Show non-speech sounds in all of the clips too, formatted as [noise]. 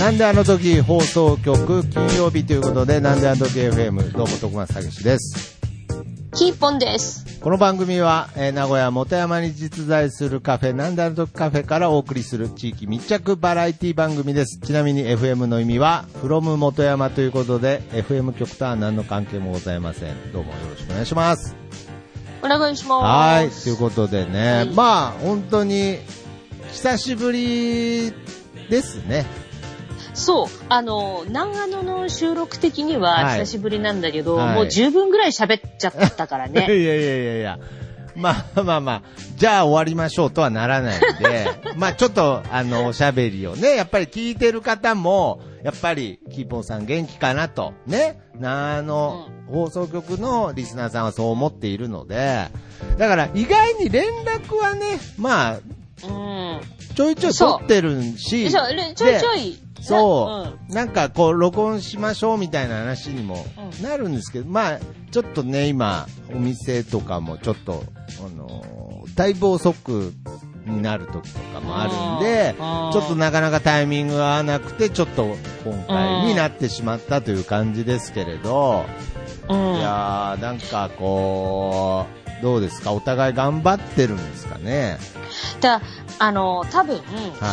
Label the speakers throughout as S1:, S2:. S1: なんであの時放送局金曜日ということで、なんであの時 FM、どうも徳松たけしです。
S2: キーポンです。
S1: この番組は、えー名古屋元山に実在するカフェ、なんであの時カフェからお送りする地域密着バラエティ番組です。ちなみに FM の意味は、from 元山ということで、FM 局とは何の関係もございません。どうもよろしくお願いします。
S2: お願いします。
S1: はい、ということでね、
S2: はい
S1: まあ、本当に、久しぶりですね。
S2: そう、あの、長野の収録的には
S1: はい
S2: 久しぶりなんだけど、
S1: はい
S2: もう十分ぐらい喋っちゃったからね。
S1: [laughs] いやいやいやいや。まあまあまあ、じゃあ終わりましょうとはならないんで、
S2: [laughs]
S1: まあちょっと、あの、おしゃべりをね、やっぱり聞いてる方も、やっぱり、キーポンさん元気かなと、ね、なあの、放送局のリスナーさんはそう思っているので、だから意外に連絡はね、まあ、
S2: うん。
S1: ちょいちょい取ってるし、
S2: そうれちょいちょい。。
S1: そうう、なんかこう、録音しましょうみたいな話にも
S2: うん
S1: なるんですけど、まあ、ちょっとね、今、お店とかもちょっと、あのーだいぶ遅くになる時とかもあるんで、ち
S2: あー
S1: ょっとなかなかタイミングが合わなくて、ちょっと今回になってしまったという感じですけれど、
S2: うん。
S1: いやー、なんかこう、どうですか、お互い頑張ってるんですかね。
S2: だあの、多分、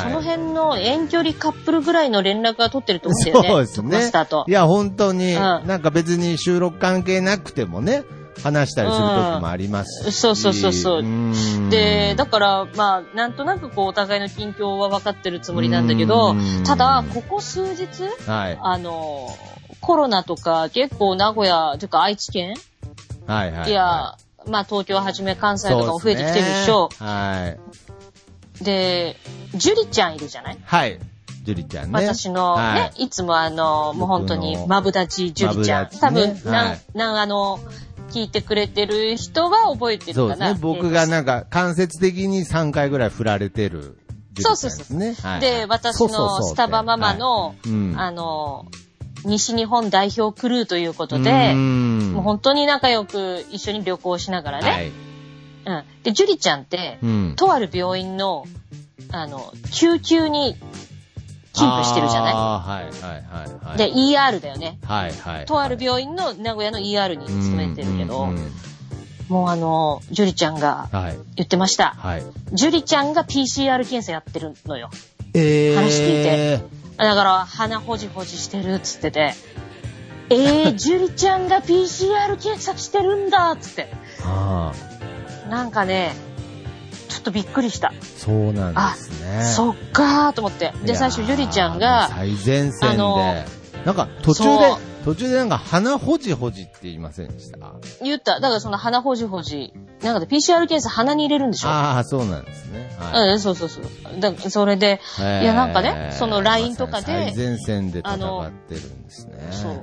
S2: その辺の遠距離カップルぐらいの連絡が取ってると思うんだよ
S1: [laughs]
S2: ね。
S1: そうです
S2: マ
S1: ね
S2: スターと。
S1: いや、本当に、
S2: うん
S1: なんか別に収録関係なくてもね、話したりする時もありますし。
S2: そうそうそうそう
S1: うん
S2: で、だから、まあ、なんとなくこう、お互いの近況は分かってるつもりなんだけど
S1: うん、
S2: ただ、ここ数日、
S1: はい。
S2: あの、コロナとか結構名古屋、というか愛知県、
S1: はいはい。
S2: いや、まあ東京はじめ関西
S1: そう
S2: と
S1: ですね、
S2: かも増えてきてるでしょ。
S1: はい。
S2: で、ジュリちゃんいるじゃない、
S1: はい。ジュリちゃんね。
S2: 私のね、、
S1: はい
S2: つもあの、もう本当
S1: 僕
S2: に
S1: の
S2: マブダチジュリちゃ
S1: マ
S2: ん。
S1: ブダチね
S2: 多分、なん、
S1: はい
S2: なんあの、聞いてくれてる人が覚えてる
S1: そう
S2: か
S1: です
S2: な。
S1: ね。僕が
S2: ね。
S1: なんか間接的に3回ぐらい振られてるジュリちゃんですね。はい
S2: で、私
S1: そうそうそ
S2: の
S1: う
S2: スタバママの、
S1: いうん
S2: あの、西日本代表クルーということ
S1: う
S2: で、
S1: ん
S2: もう本当に仲良く一緒に旅行しながらね。
S1: はい。
S2: うん。で、ジュリちゃんって、
S1: うん。
S2: とある病院の、あの、救急に勤務してるじゃな
S1: あーはいはいはいはいい。
S2: で、、ER だよね。
S1: はいはい。
S2: とある病院の、名古屋の ER に勤めてるけ
S1: う
S2: ど
S1: んうんうん、
S2: もうあの、ジュリちゃんが
S1: はい。
S2: 言ってました。
S1: はい。
S2: ジュリちゃんが PCR 検査やってるのよ。
S1: えー
S2: 話聞いて。だから、鼻ほじほじしてるっつってて、えー、ジュリちゃんが PCR 検査してるんだっつって。
S1: あ
S2: なんかね、ちょっとびっくりした。
S1: あ、そうなんですね。
S2: そっかーと思って。
S1: いや
S2: で、
S1: ー
S2: 最初、ジュリちゃんが、
S1: 最前線
S2: あの
S1: で。なんか途中
S2: そう
S1: で、途中でなんか鼻ほじほじって言いませんでした。
S2: 言った。だからその鼻ほじほじ。なんかで PCR 検査鼻に入れるんでしょ
S1: ああ、そうなんですね。はい。
S2: うん、そうそうそう。だそれで、
S1: へー
S2: いやなんかねその LINE とかで
S1: まさに最前線で戦ってるんですね。
S2: そう。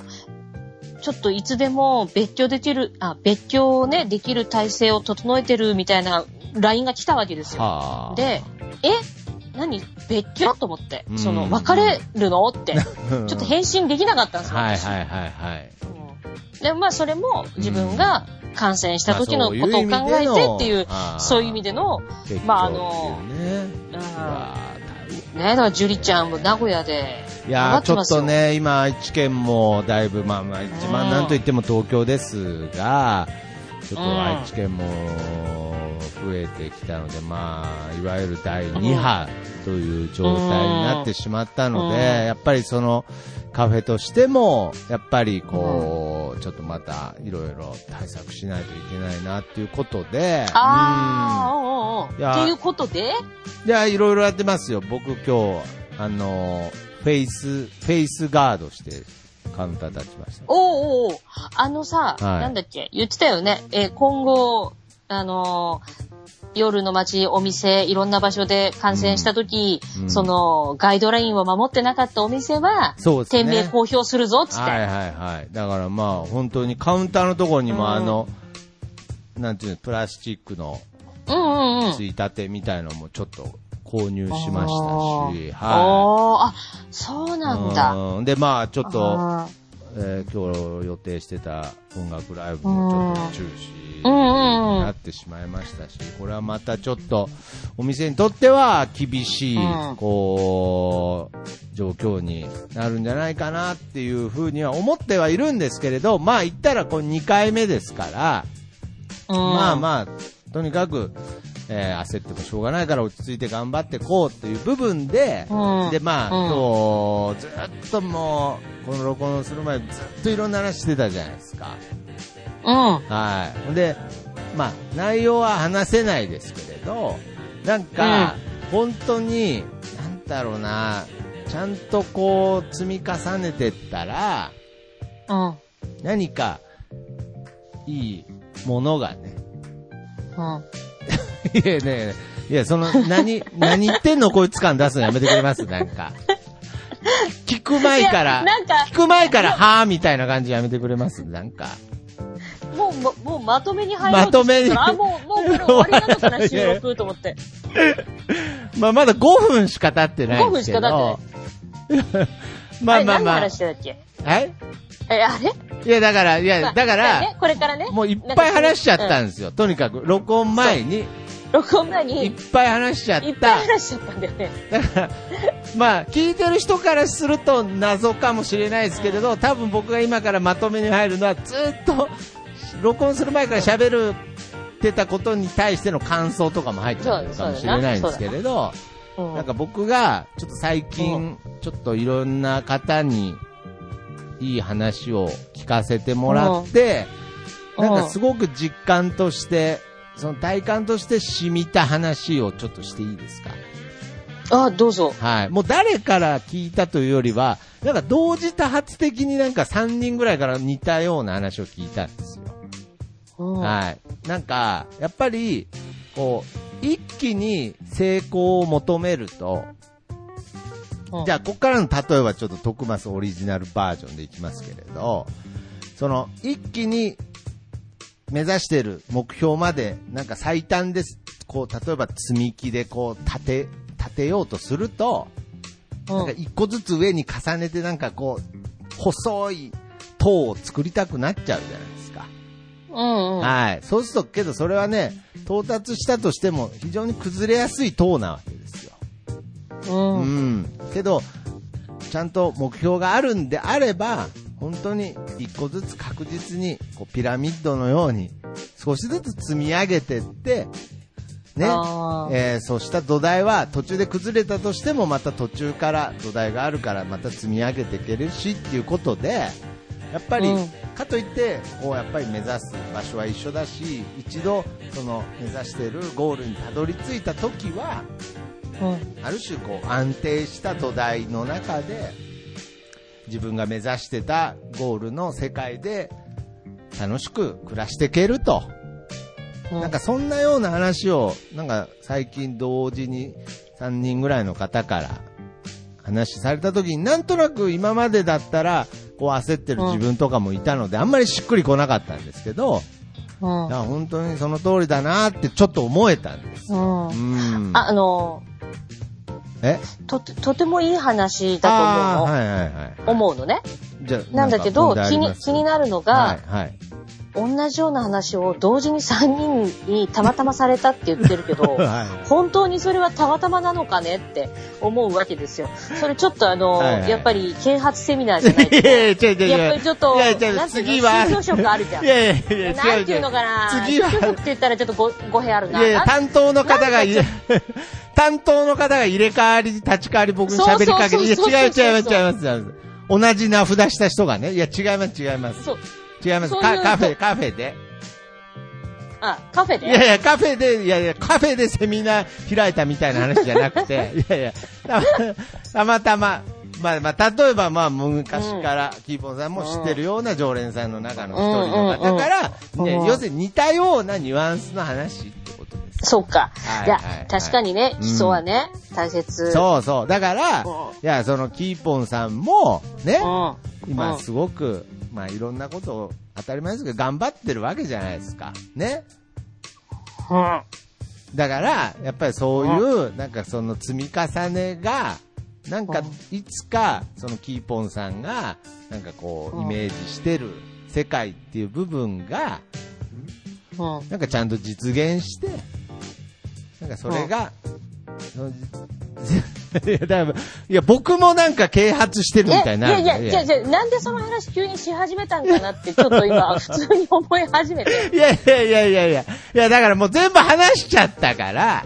S2: ちょっといつでも別居できる、あ、別居をね、できる体制を整えてるみたいな LINE が来たわけですよ。
S1: はあ。
S2: で、え何別居と思って
S1: う。ん
S2: その、別れるのって。ち
S1: うん、
S2: ょっと返信できなかったんですよ。
S1: はい
S2: 私
S1: はいはいはい。
S2: うんで、まあそれも自分が感染した時のことを考えてっていう、
S1: まあ
S2: そういう意味での、まああの、
S1: 結局っていうね
S2: う
S1: うわ
S2: ん
S1: ー大変
S2: ねだから樹里ちゃんも名古屋で。
S1: いやーちょっと
S2: 頑張て
S1: ね、今、愛知県もだいぶ、まあまあ、一
S2: うん
S1: 番なんといっても東京ですが、ちょっ
S2: うん
S1: と愛知県も増えてきたので、まあ、いわゆる第2波という状態になってしまったので、
S2: うん
S1: やっぱりそのカフェとしても、やっぱりこう、ちょっとまたいろいろ対策しないといけないなっていうことで、うん
S2: ああ、おうおう
S1: いや
S2: っていうことで、
S1: いや、いろいろやってますよ。僕今日、あのー、フェイス、フェイスガードして、カウンター立ちました。
S2: おうおうおうあのさ、
S1: はい
S2: なんだっけ、言ってたよね。えー今後、あのー夜の街、お店、いろんな場所で感染した時、
S1: うんうん
S2: その、ガイドラインを守ってなかったお店は、
S1: そうですね
S2: 店名公表するぞ、つって。
S1: はいはいはい。だからまあ、本当にカウンターのところに
S2: うん
S1: も、あの、なんていうの、プラスチックの
S2: うんうんうん。
S1: ついたてみたいのもちょっと購入しましたし、は
S2: おーあ、そう
S1: い。
S2: なんだ。
S1: うんで、まあ、ちょっと、
S2: あー
S1: えー今日予定してた音楽ライブもちょっと中止に
S2: うんうんうん
S1: なってしまいましたし、これはまたちょっと、お店にとっては厳しい
S2: うん、
S1: こう、状況になるんじゃないかなっていうふうには思ってはいるんですけれど、まあ、言ったらこう2回目ですから、
S2: うん
S1: まあまあ、とにかく、えー焦ってもしょうがないから落ち着いて頑張ってこうっていう部分で、
S2: うん
S1: で、まあ、
S2: うん
S1: 今日、ずっともう、この録音する前、ずっといろんな話してたじゃないですか。
S2: うん。
S1: はい。ほんで、まあ、内容は話せないですけれど、なんか、本当に、なんだろうな、ちゃんとこう、積み重ねてったら、
S2: うん。
S1: 何か、いいものがね、
S2: うん。
S1: いや [laughs] いやいや、いや、その、何、何言ってんのこいつ感出すのやめてくれますなんか。
S2: [laughs]
S1: 聞く前か
S2: いや
S1: ら、
S2: なんか
S1: 聞く前から、はぁみたいな感じやめてくれますなんか。
S2: もう、もうもうまとめに入ろうとしてたら、
S1: ま
S2: あ、
S1: とめに
S2: もう、もうこれ終わりなのかな、収録と思って。
S1: まあ、まだ5分しか経ってないんですけど。
S2: 5
S1: て [laughs] [laughs] まあまあ
S2: れ何の
S1: まあ。
S2: 話してたっけ
S1: はい
S2: え、あれ
S1: いや、だから、い
S2: ま
S1: や、
S2: あ
S1: だか
S2: ね
S1: ら、
S2: これからね。
S1: もういっぱい話しちゃった
S2: うん
S1: んですよ。とにかく、録音前に、
S2: 録音前に、
S1: い
S2: い
S1: っ
S2: っ
S1: ぱい話しちゃっ
S2: ぱ
S1: た
S2: い。話しちゃったんだよね。
S1: だから、 [laughs] まあ、聞いてる人からすると謎かもしれないですけれど、多分僕が今からまとめに入るのは、ずっと、録音する前から喋るってたことに対しての感想とかも入っちゃってるかもしれないんですけれど、
S2: うん
S1: なんか僕が、ちょっと最近、ちょっといろんな方に、いい話を聞かせてもらって、
S2: うん
S1: なんかすごく実感として、その体感として染みた話をちょっとしていいですか
S2: あ、どうぞ。
S1: はい。もう誰から聞いたというよりは、なんか同時多発的になんか3人ぐらいから似たような話を聞いたんですよ。
S2: うん
S1: はい。なんか、やっぱり、こう、一気に成功を求めると、
S2: うん
S1: じゃあ、ここからの例えばちょっと徳松オリジナルバージョンでいきますけれど、その、一気に目指してる目標まで、なんか最短です。こう、例えば積み木でこう、立て、立てようとすると、
S2: う
S1: なん
S2: ん
S1: か一個ずつ上に重ねてなんかこう、細い塔を作りたくなっちゃうじゃないですか。
S2: うんうん。
S1: はい。そうすると、けどそれはね、到達したとしても非常に崩れやすい塔なわけですよ。
S2: うん
S1: う
S2: うん
S1: ん。けど、ちゃんと目標があるんであれば、本当に一個ずつ確実に、こう、ピラミッドのように、少しずつ積み上げてって、ね
S2: あ。ー
S1: えーそうした土台は途中で崩れたとしても、また途中から土台があるから、また積み上げていけるしっていうことで、やっぱり、
S2: うん
S1: かといって、こう、やっぱり目指す場所は一緒だし、一度、その、目指してるゴールにたどり着いた時は、ある種こう安定した土台の中で自分が目指してたゴールの世界で楽しく暮らしていけると。
S2: うん
S1: なんかそんなような話をなんか最近同時に3人ぐらいの方から話された時になんとなく今までだったらこう焦ってる自分とかもいたのであんまりしっくりこなかったんですけど、
S2: うん
S1: いや本当にその通りだなってちょっと思えたんです。
S2: う
S1: う
S2: ん
S1: ん。
S2: あ、あの、
S1: え
S2: とて、とてもいい話だ
S1: あー
S2: と思うの。
S1: はいはいはい。
S2: 思うのね。
S1: じゃあ
S2: なんだけど、気に、気に
S1: る
S2: なるのが、
S1: はい、はい。
S2: 同じような話を同時に3人にたまたまされたって言ってるけ
S1: [laughs]
S2: ど、
S1: は
S2: 本当にそれはたまたまなのかねって思うわけですよ。それちょっとあの、
S1: はいはい
S2: やっぱり啓発セミナーじゃない
S1: い
S2: けど
S1: やいや、ちょいちょい
S2: やっぱりちょっと
S1: いやいや、
S2: なんていうの
S1: 次は。
S2: 宗教色あるじゃん
S1: いやいやいや、
S2: なんていうのか [laughs] な
S1: 次は
S2: 宗教って言ったらちょっとご語弊あ
S1: い
S2: るな。
S1: やいや、
S2: なん
S1: 担当の方がいれ、 [laughs] 担当の方が入れ替わり、立ち替わり、僕に喋りかけて、いや、
S2: そうそうそうそう
S1: 違う違います、違います、違います。同じ名札した人がね、いや、違います、違います。
S2: そう。
S1: 違います。
S2: そう
S1: カ
S2: いう
S1: カフェ、カフェで。
S2: あ、カフェ
S1: いやい
S2: で
S1: や、カフェで、いやいや、カフェでセミナー開いたみたいな話じゃなくて、
S2: [laughs]
S1: いやいや、たまたまたま、まあまあ、例えばまあ、昔から、キーポンさんも知ってるような常連さんの中の一人の方から、
S2: うんうんうん
S1: ね要するに似たようなニュアンスの話ってことです
S2: そうか。
S1: はい
S2: いや
S1: はい、
S2: 確かに
S1: う
S2: ね、
S1: ん
S2: 基礎はね、大切。
S1: そうそう。だから、い
S2: うん
S1: や、そのキーポンさんも、ね、
S2: うん。う
S1: 今
S2: ん
S1: すごく、まあいろんなことを当たり前ですけど、頑張ってるわけじゃないですか。ね。
S2: うん。
S1: だから、やっぱりそういう、なんかその積み重ねが、なんかいつか、そのキーポンさんが、なんかこ
S2: う
S1: う、
S2: ん
S1: イメージしてる世界っていう部分が、
S2: うん。
S1: なんかちゃんと実現して、なんかそれが、そのじ [laughs] いや、だいぶ、いや、僕もなんか啓発してるみたいになる。
S2: えいやいや、いやいや、なんでその話急にし始めたんかなって、ちょっと
S1: [laughs]
S2: 今、普通に思い始めて。
S1: いやいやいやいやいや、いやだからもう全部話しちゃったから、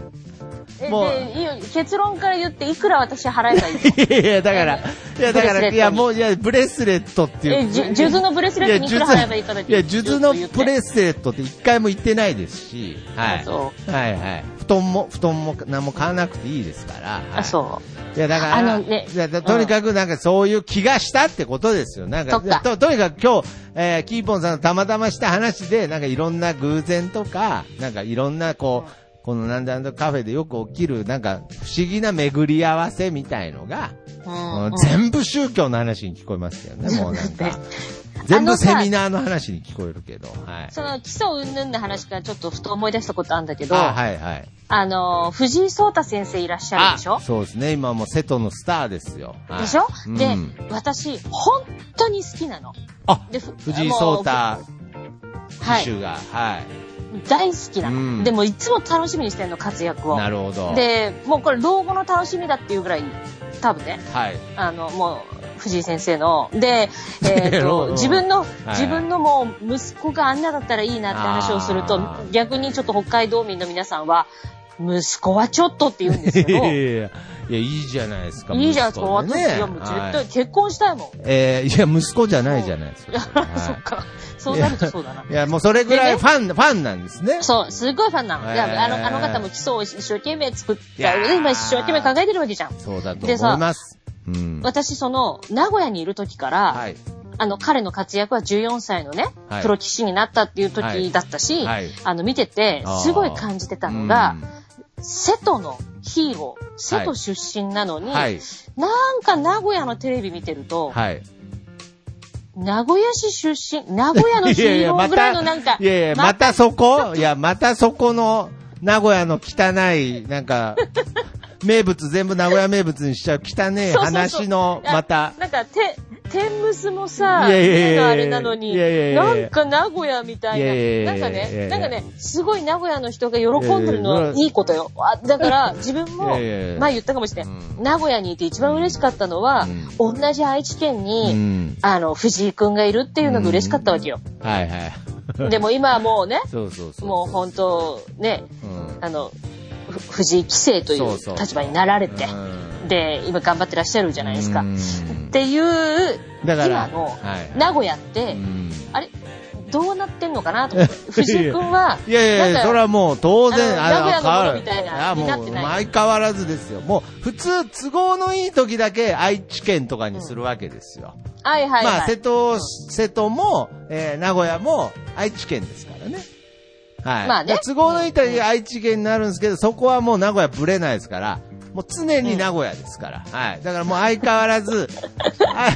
S2: え
S1: もう
S2: でいいよ結論から言って、いくら私払えばいいの
S1: いやいやだから、いやだか
S2: ブ
S1: ら、
S2: レスレット
S1: いやもう、いや、ブレスレットってい
S2: え、
S1: う。
S2: じゅ数珠のブレスレットにいくら払えばいいかだけ
S1: いや、術のブレ
S2: ス
S1: スレットって一回も言ってないですし、はい。
S2: あそ
S1: はいはい。布団も、布団も何も買わなくていいですから。はい
S2: あ、そう。
S1: いや、だから、
S2: あのね
S1: いやだとにかくなんかそういう気がしたってことですよ。なんか、
S2: そっか
S1: ととにかく今日、えーキーポンさんのたまたました話で、なんかいろんな偶然とか、なんかいろんなこう、このなんだなんだカフェでよく起きる、なんか不思議な巡り合わせみたいのが、
S2: うん
S1: う
S2: うんん
S1: 全部宗教の話に聞こえますけどね、もう
S2: [laughs]
S1: なんか。全部セミナーの話に聞こえるけど、はい。
S2: その基礎云々の話からちょっとふと思い出したことあるんだけど、
S1: あ、
S2: あ
S1: はいはい。
S2: の、藤井聡太先生いらっしゃるでしょ
S1: そうですね、今もう瀬戸のスターですよ。はい
S2: でしょ
S1: う
S2: で
S1: ん、
S2: 私、本当に好きなの。
S1: あ、
S2: でふ
S1: 藤井聡太
S2: は
S1: 騎
S2: い。
S1: 手が、はい。
S2: 大好きなの。
S1: うん
S2: でも、いつも楽しみにしてんの、活躍を。
S1: なるほど。
S2: で、もうこれ老後の楽しみだっていうぐらい、多分ね、
S1: はい。
S2: あの、もう、藤井先生の、で、え
S1: [laughs]
S2: ー
S1: 老後
S2: と、自分の、
S1: い
S2: 自分のもう、息子があんなだったらいいなって話をすると
S1: あー、
S2: 逆にちょっと北海道民の皆さんは、息子はちょっとって言うんですけど、い
S1: いや、いいじゃないですか。
S2: いじゃん、
S1: [laughs] 息
S2: そ
S1: 子
S2: う、
S1: で
S2: 私、
S1: ね
S2: いや、もう絶
S1: は
S2: 対
S1: い
S2: 結婚したいもん。
S1: えーいや、息子じゃないじゃないです
S2: いや、
S1: か。
S2: [laughs] そ
S1: はい
S2: っか。そうなるとそうだな。
S1: いや、もうそれぐらい
S2: でね
S1: ファン、ファンなんですね。
S2: そう、すごいファンなの。
S1: へー
S2: いやあの、あの方も基礎を一生懸命作った上
S1: いやー
S2: で、今一生懸命考えてるわけじゃん。
S1: そうだと思
S2: で
S1: い
S2: さ
S1: ます。うん。
S2: 私、その、名古屋にいる時から、
S1: はい。
S2: あの、彼の活躍は14歳のね、
S1: はい
S2: プロ棋士になったっていう
S1: はい
S2: 時だったし、
S1: はい
S2: あの、見てて
S1: あー、
S2: すごい感じてたのが、瀬戸のヒーロー、瀬戸出身なの
S1: う
S2: に、
S1: んはい。
S2: なんか名古屋のテレビ見てると、
S1: はい。
S2: 名古屋市出身、名古屋のヒーローぐらいのなんか、
S1: いやいや、またそこいや、またそこの、名古屋の汚い、なん
S2: [laughs]
S1: か、名物、全部名古屋名物にしちゃう汚い
S2: そうそうそう
S1: 話の、また。
S2: なんか、て、天むすもさ、
S1: いやいやいやいや
S2: 家があれなのに、
S1: いやいやいやいや
S2: なんか名古屋みたい
S1: いやいやいや
S2: な。ないん
S1: や
S2: か
S1: いやいや
S2: ね、なんかね、すごい名古屋の人が喜んでるのはいいことよ。あだから、自分
S1: い
S2: も
S1: やいやいや、
S2: 前言ったかもしれな
S1: う
S2: い。名古屋にいて一番嬉しかったのは、同じ愛知県
S1: う
S2: に、
S1: ん。
S2: あの、藤井くんがいるっていうのが嬉しかったわけよ。
S1: はいはい。
S2: でも今はもうね、
S1: そうそうそう。
S2: もう本当、ね、
S1: うん
S2: あの、ふ藤井棋聖とい
S1: そう
S2: う
S1: そう
S2: 立場になられて、
S1: うん
S2: で、今頑張ってらっしゃるじゃないですか。
S1: うん
S2: っていう、
S1: だから
S2: 今の
S1: はい
S2: 名古屋って、
S1: うん
S2: あれどうなってんのかなと思って、藤井君は、
S1: [laughs] いやいやいや、それ
S2: なんか
S1: はもう当然、
S2: あの名古屋のもの
S1: 変わる
S2: みたいな
S1: やも
S2: になっ
S1: う
S2: てない
S1: 毎変わらずですよ。もう普通都合のいい時だけ愛知県とかにするわけですよ。
S2: はいはいはい。
S1: まあ瀬戸、瀬戸も、えー名古屋も愛知県ですからね。はい。
S2: まあね
S1: 都合のいい時が愛知県になるんですけど、そこはもう名古屋ぶれないですから、もう常に名古屋ですから。はい。だからもう相変わらず、
S2: [laughs]
S1: あ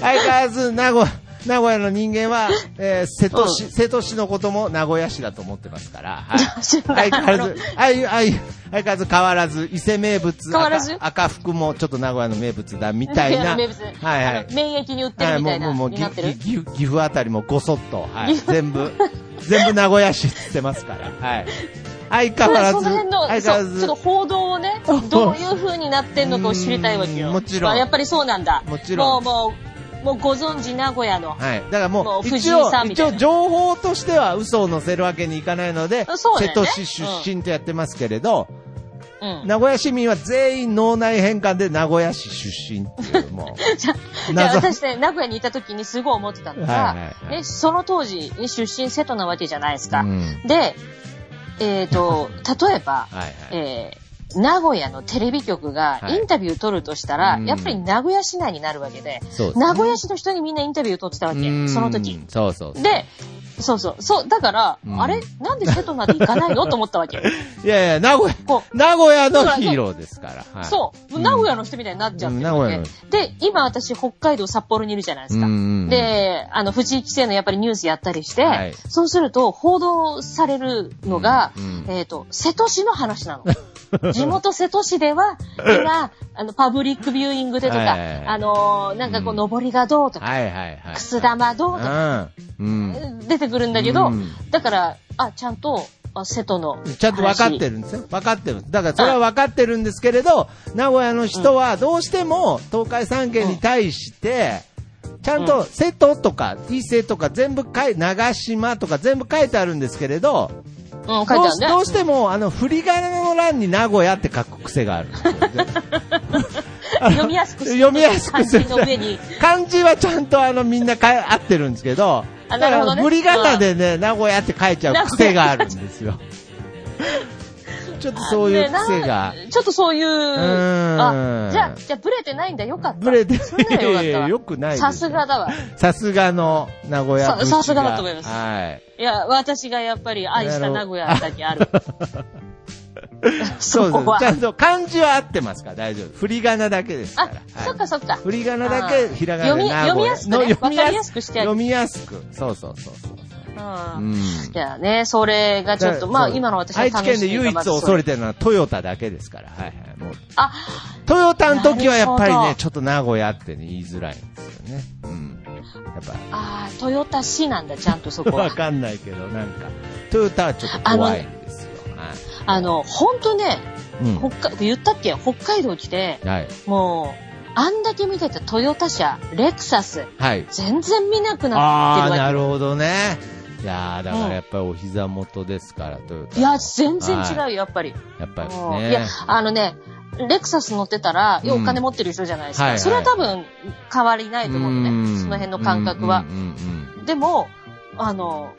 S1: 相変わらず名古屋、名古屋の人間は、えー瀬戸市、瀬戸市のことも名古屋市だと思ってますから、はい。
S2: [laughs]
S1: 相変わらず、相相相変わらず変わらず、伊勢名物、
S2: 変わらず
S1: 赤赤福もちょっと名古屋の名物だみたいな。
S2: [laughs] 名物
S1: はいは
S2: あ
S1: い
S2: の。免疫に売って
S1: は
S2: る
S1: い、
S2: みた
S1: もう、
S2: い
S1: もう、もう、
S2: な、に
S1: ぎ
S2: なってる
S1: ぎぎ岐阜あたりもごそっと、はい、
S2: [laughs]
S1: 全部、全部名古屋市って言ってますから、はい。相変わらず、
S2: その辺の、
S1: 相変わ
S2: そ
S1: ら
S2: う、ち
S1: ず
S2: ょっと、報道
S1: [laughs]
S2: をね、どういう風になってんのかを知りたいわけ
S1: う
S2: よ。
S1: んもちろん
S2: まあやっぱりそうなんだ。
S1: もちろん
S2: もう、もう、もうご存知名古屋の。
S1: はい。だから
S2: も
S1: も
S2: う
S1: う、
S2: 藤井
S1: 一応
S2: さ、んみ
S1: 一
S2: たい
S1: 応
S2: な
S1: 情報としては嘘を載せるわけにいかないので、
S2: そうだ
S1: 瀬
S2: よ
S1: 戸
S2: ね
S1: 市出身とやってますけれど、
S2: うん。
S1: 名古屋市民は全員脳内変換で名古屋市出身っていう、も
S2: [laughs]
S1: う、
S2: で
S1: 謎。
S2: 私ね、名古屋にいた時にすごい思ってたのが、
S1: はいはいはい
S2: ねその当時に出身瀬戸なわけじゃないです
S1: う
S2: か。
S1: ん
S2: で、えっ、と、例えば、
S1: はいはい。
S2: えー名古屋のテレビ局が
S1: はい
S2: インタビュー取るとしたら、
S1: うん
S2: やっぱり名古屋市内になるわけで、
S1: そうですね
S2: 名古屋市の人にみんなインタビューを取ってたわけ、
S1: うん
S2: その時。。
S1: そうそうそう。
S2: で、そうそう。そう、だから、
S1: うん
S2: あれなんで瀬戸まで行かないのと思っ
S1: [laughs]
S2: たわけ。
S1: いやいや、名古屋、
S2: こ
S1: 名古屋のヒーローですから。はい、
S2: そう。もう名古屋の人みたいになっちゃって
S1: うん
S2: るわ
S1: 名古屋
S2: け
S1: の。
S2: で、今私、北海道札幌にいるじゃないですか
S1: うんうんうん。
S2: で、あの、藤井規制のやっぱりニュースやったりして、
S1: はい
S2: そうすると、報道されるのが、
S1: うんうん
S2: えっ、と、瀬戸市の話な
S1: [laughs]
S2: の。地元瀬戸市では、今、あの、パブリックビューイングでとか、
S1: はい
S2: あのーなんかこ
S1: う
S2: う、
S1: ん
S2: 上りがどうとか、
S1: はいはいはい。
S2: くす玉どうとか、
S1: うん。うん。
S2: 出てくるんだけど、
S1: うん
S2: だから、あ、ちゃんと、あ瀬戸の話。
S1: ちゃんと分かってるんですよ。分かってるんです。だからそれは分かってるんですけれど、名古屋の人はどうしても東海三県に対して、ちゃんと瀬戸とか伊勢とか全部書い、長島とか全部書いてあるんですけれど、
S2: うん、書いてある
S1: どうし
S2: ね。
S1: どうしても、あの、振り仮名の欄に名古屋って書く癖があるんですよ。
S2: 読みやすくする
S1: 読みやすくする
S2: 漢字の上に。
S1: 漢字はちゃんとあのみんなか合ってるんですけど、
S2: あなるほどね
S1: 無理仮名でね、名古屋って書いちゃう癖があるんですよ。ちょっとそういう癖が
S2: ね。なちょっとそういう、
S1: ん
S2: あ、じゃあ、じゃあブレてないんだ、よかった。
S1: ブレて
S2: そんなのよか
S1: いや
S2: った
S1: いや [laughs]
S2: わ。
S1: よくないです
S2: さすがだわ。
S1: さすがの名古屋
S2: さ
S1: 節
S2: さすがだと思います
S1: はい。
S2: いや、私がやっぱり愛した名古屋だけある。
S1: そう
S2: そ
S1: です
S2: こ。は
S1: ち。ゃんと漢字は合ってますから大丈夫。振り仮名だけですか
S2: あ
S1: ら。はい、
S2: そっかそっか。
S1: 振り仮名だけ、ひらがな
S2: 読み
S1: で名古屋の
S2: 読みやすくねわかりやすくしてある
S1: 読みやすく。そうそうそうそう。
S2: う。
S1: うんん。
S2: いやね、それがちょっと、まあ
S1: そう
S2: 今の私は
S1: 愛
S2: 楽し
S1: 知
S2: み
S1: 県で唯一恐れ
S2: て。
S1: てるのはトヨタだけですから。はいはい。もう
S2: あ、
S1: トヨタの時はやっぱり
S2: なる
S1: ね
S2: ほど、
S1: ちょっと名古屋って、ね、言いづらいんですよね。うん。やっ
S2: あー、トヨタ市なんだ、ちゃんとそ
S1: ぱ、
S2: こ
S1: わ
S2: は。
S1: かんないけど、なんか、トヨタはちょっと怖いんですよ。はい。
S2: あの、ほんとね、
S1: うん。
S2: 北海、言ったっけ北海道来て、
S1: はい。
S2: もう、あんだけ見てたトヨタ車、レクサス、
S1: はい。
S2: 全然見なくなっ
S1: ああー、
S2: てる
S1: な
S2: わ
S1: るほどね。いやー、だからやっぱりお膝元ですから、トヨタ。
S2: け。いや、全然違うよ、
S1: は
S2: やっぱり。
S1: やっぱり
S2: もういや
S1: ね。、
S2: あのね、レクサス乗ってたら、いや
S1: うん
S2: お金持ってる人じゃないですか。
S1: はいはい
S2: それは多分変わりないと思うの
S1: うん
S2: ね。その辺の感覚は
S1: うん。うんうん
S2: でも、あの、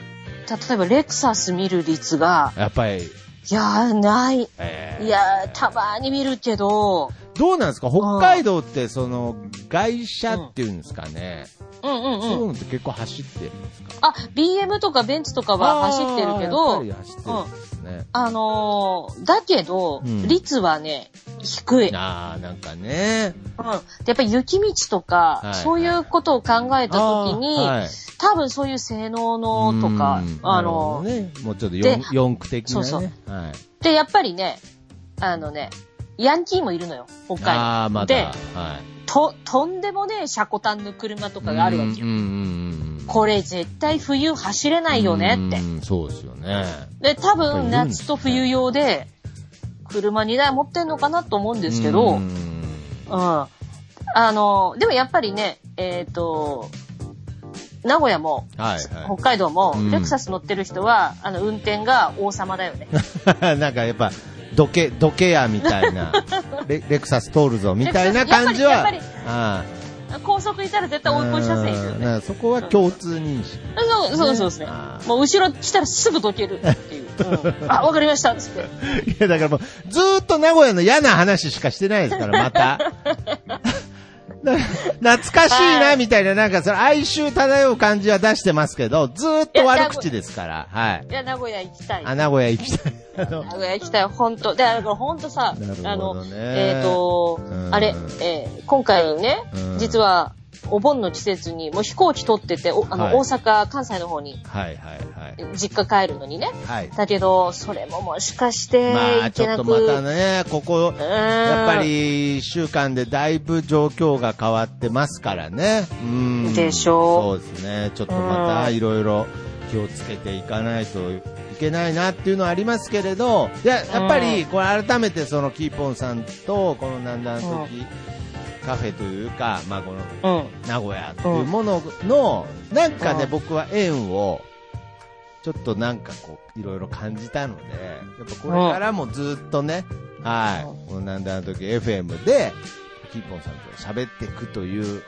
S2: 例えばレクサス見る率が、
S1: やっぱり、
S2: いや、ない。
S1: えー
S2: いや、たまに見るけど、
S1: どうなんですか北海道って、その、外車っていうんですかね。
S2: うんうん
S1: そういう
S2: うん。
S1: のって結構走ってるんですか
S2: あ、BM とかベンツとかは走ってるけど、
S1: あーやっぱり走ってるんですね。
S2: あのーだけど、
S1: うん
S2: 率はね、低い。うん。で
S1: ああ、なんかね。
S2: やっぱり雪道とか、
S1: はい
S2: そういうことを考えたときに、
S1: あーはい
S2: 多分そういう性能のとか
S1: うん、
S2: あ
S1: なるほど
S2: のー
S1: ね、もうちょっと
S2: で
S1: 四四駆的なね。
S2: そう
S1: はい。
S2: で、やっぱりね、あのね、ヤンキーもいるのよ、北海
S1: ああ、
S2: 道。
S1: ま
S2: で
S1: だ。、はい。
S2: と、とんでもねえ車庫端の車とかがあるわけよ。
S1: うんうんうん。
S2: これ絶対冬走れないよねっ
S1: う。
S2: て
S1: ん。そうですよね。
S2: で、多
S1: やっぱりいるんですね
S2: 分夏と冬用で、車2台持ってんのかなと思うんですけ
S1: う
S2: ど、
S1: ん
S2: うん。あの、でもやっぱりね、えっ、と、名古屋も、
S1: はい
S2: 北海道も、
S1: うん
S2: レクサス乗ってる人は、あの、運転が王様だよ
S1: [laughs]
S2: ね。
S1: はい。なんかやっぱ、どけ、どけやみたい
S2: [laughs]
S1: な。レレクサス通るぞみたいな感じ
S2: やっ
S1: は
S2: ぱりやっ。
S1: あ
S2: 高速いたら絶
S1: あ
S2: 対追い越し車線いるよ
S1: うん
S2: ね。
S1: なんかそこは共通認識。
S2: そうそうそうですね
S1: あ。ー
S2: もう後ろ来たらすぐどけるっていう。うんあ、わかりましたっつって。
S1: いや、だからもう、ずーっと名古屋の嫌な話しかしてないですから、ま
S2: [laughs]
S1: た。な懐かしいな、みたいな、なんか、その哀愁漂う感じは出してますけど、ずーっと悪口ですから、はい。
S2: いや、名古屋行きたい。
S1: あ、
S2: 名
S1: 名古屋行きたい。あの、
S2: 古屋行きたい、ほんと。で、だからほんとさ
S1: なるほ、どね
S2: あの、えっと
S1: う、ん
S2: あれ、えー今回ね
S1: う、ん
S2: 実は、お盆の季節に、もう飛行機取ってて、おあ
S1: はい
S2: の、大阪、関西の方に、
S1: はいはいはい。
S2: 実家帰るのにね。
S1: はい。
S2: だけど、それももしかして、
S1: まあ、
S2: 行
S1: ち
S2: け
S1: ょっ
S2: な
S1: と
S2: く
S1: またね、ここ、
S2: うん
S1: やっぱり、一週間でだいぶ状況が変わってますからね。うん。
S2: でし
S1: そ
S2: ょ
S1: うですね。ちょっとまた、
S2: うん
S1: いろいろ気をつけていかないといけないなっていうのはありますけれど、いや、やっぱり、これ改めて、その、キーポンさんと、このなんだん
S2: う
S1: 時、カフェというか、まあ、この、
S2: うん。
S1: 名古屋っていうものの、なんかね、
S2: うん
S1: 僕は縁を、ちょっとなんかこう、いろいろ感じたので、やっぱこれからもずっとね、はい、このなんだあの時 FM で、キーポンさんと喋っていくという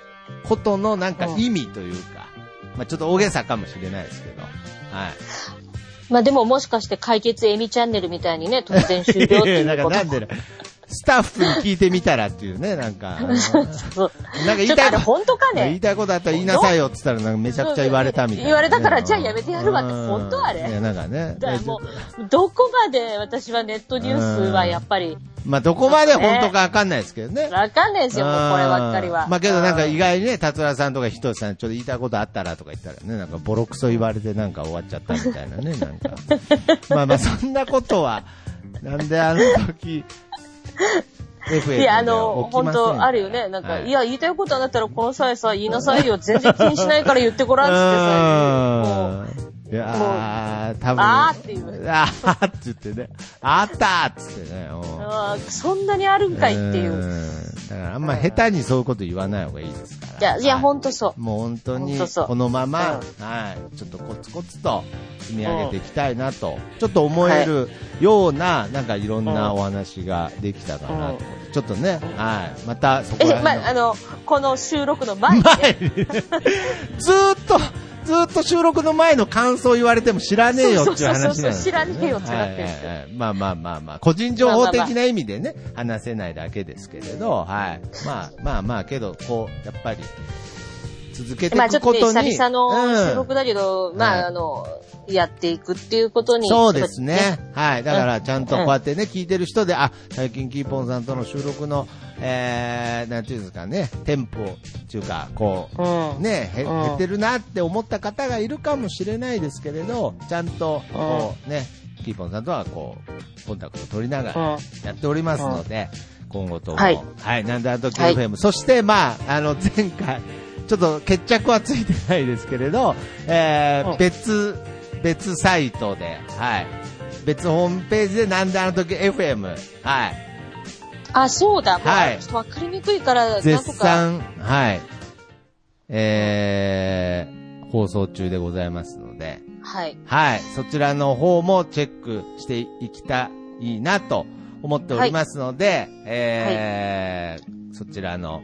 S1: ことのなんか意味というか、まあちょっと大げさかもしれないですけど、はい。
S2: まあでももしかして解決エミチャンネルみたいにね、突然終了って
S1: いやいや [laughs] な
S2: いうん
S1: か
S2: こと
S1: な
S2: も
S1: んでなスタッフに聞いてみたらっていうね、なんか、あの
S2: そ
S1: な
S2: う
S1: んか言い
S2: ちょったと
S1: い
S2: あれ本当か
S1: 言い
S2: ね
S1: たいことあったら言いなさいよって言ったら、なんかめちゃくちゃ言われたみたいな、
S2: 言われたからじゃあやめてやるわって
S1: うん
S2: 本当あれ
S1: いや、なんかね。
S2: だからもう、どこまで私はネットニュースはやっぱり、
S1: まあ、どこまで本当かわかんないですけどね。
S2: わかんないですよ、もうこればっかりは。
S1: まあけどなんか
S2: うん
S1: 意外にね、達郎さんとかひとしさん、ちょっと言いたいことあったらとか言ったらね、なんかボロクソ言われてなんか終わっちゃったみたいなね、なん
S2: [laughs]
S1: か。まあまあそんなことは、なんであの時、FA
S2: いや、あの、本当あるよね。なんか、、
S1: はい
S2: や、言いたいことあったらこの際さ、言いなさいよ。全然気にしないから言ってごらんっつってさ、
S1: う
S2: もう
S1: ん。いやー、多分
S2: あーっていう
S1: あーって言ってね。あったーっつってね。うん
S2: あーそんなにあるんかいっていうう。
S1: んだからあんま下手にそういうこと言わない方がいいですから。
S2: いや、いや、
S1: はい
S2: ほんとそう。
S1: もう本当に
S2: 本当そう
S1: このまま、
S2: う
S1: はい、ちょっとコツコツと積み上げていきたいなと、ちょっと思えるような、なんかいろんな
S2: うん
S1: お話ができたかなと、
S2: う
S1: ちょっとね、はい、またそこら
S2: え、ま
S1: 辺の
S2: あ、あの、この収録の前に、
S1: [laughs] 前にずーっと、ずーっと収録の前の感想言われても知らねえよっていう話なんです
S2: そうそうそう
S1: よ、
S2: そう知らねえよってなってるん
S1: は
S2: で
S1: い
S2: す
S1: はい
S2: よ
S1: はいまあまあまあまあ、個人情報的な意味でね、話せないだけですけれど、はい。まあまあまあ、けど、こう、やっぱり、続けて
S2: ま
S1: い
S2: あちょ
S1: く
S2: っと
S1: こ
S2: ね、
S1: とに。
S2: 久々の収録
S1: うん
S2: だけど、ま
S1: はい
S2: あ、あの、やっていくっていうことに。
S1: そうですね。はい。だから、ちゃんとこうやってね、聞いてる人で、あ、最近キーポンさんとの収録の、えー、なんていうんですかね、テンポっていうか、こう、
S2: やっぱ。うん。
S1: ね、へ
S2: うん
S1: 減ってるなって思った方がいるかもしれないですけれど、ちゃんとこう、ね、キーポンさんとはこうコンタクトを取りなが
S2: う
S1: ら
S2: ん
S1: やっておりますので、今後とも、は
S2: はい
S1: い、なんだあと FM、そして、まあ、あの前回、ちょっと決着はついてないですけれど、えー
S2: うん
S1: 別、別サイトで、はい、別ホームページで、なんだあの時 FM、はい、
S2: あ、そうだ。もう
S1: はい
S2: ちょっとわかりにくいから、なんと
S1: 絶
S2: か。
S1: 賛、はい、えー、放送中でございますので、
S2: はい。
S1: はい、そちらの方もチェックしていきたいなと思っておりますので、えーそちらの、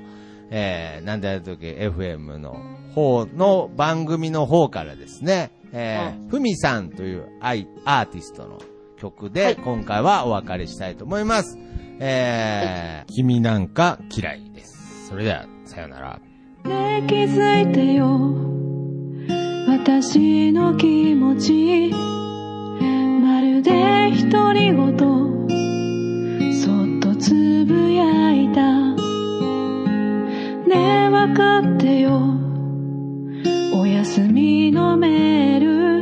S1: えー、なんである時 FM の方の番組の方からですね、えーふみ、さんというアイアーティストの曲
S2: は
S1: で
S2: い
S1: 今回はお別れしたいと思います。えー君なんか嫌いです。それでは、さようなら。
S3: ねえ気づいてよ私の気持ちまるで独り言そっとつぶやいたねえわかってよお休みのメール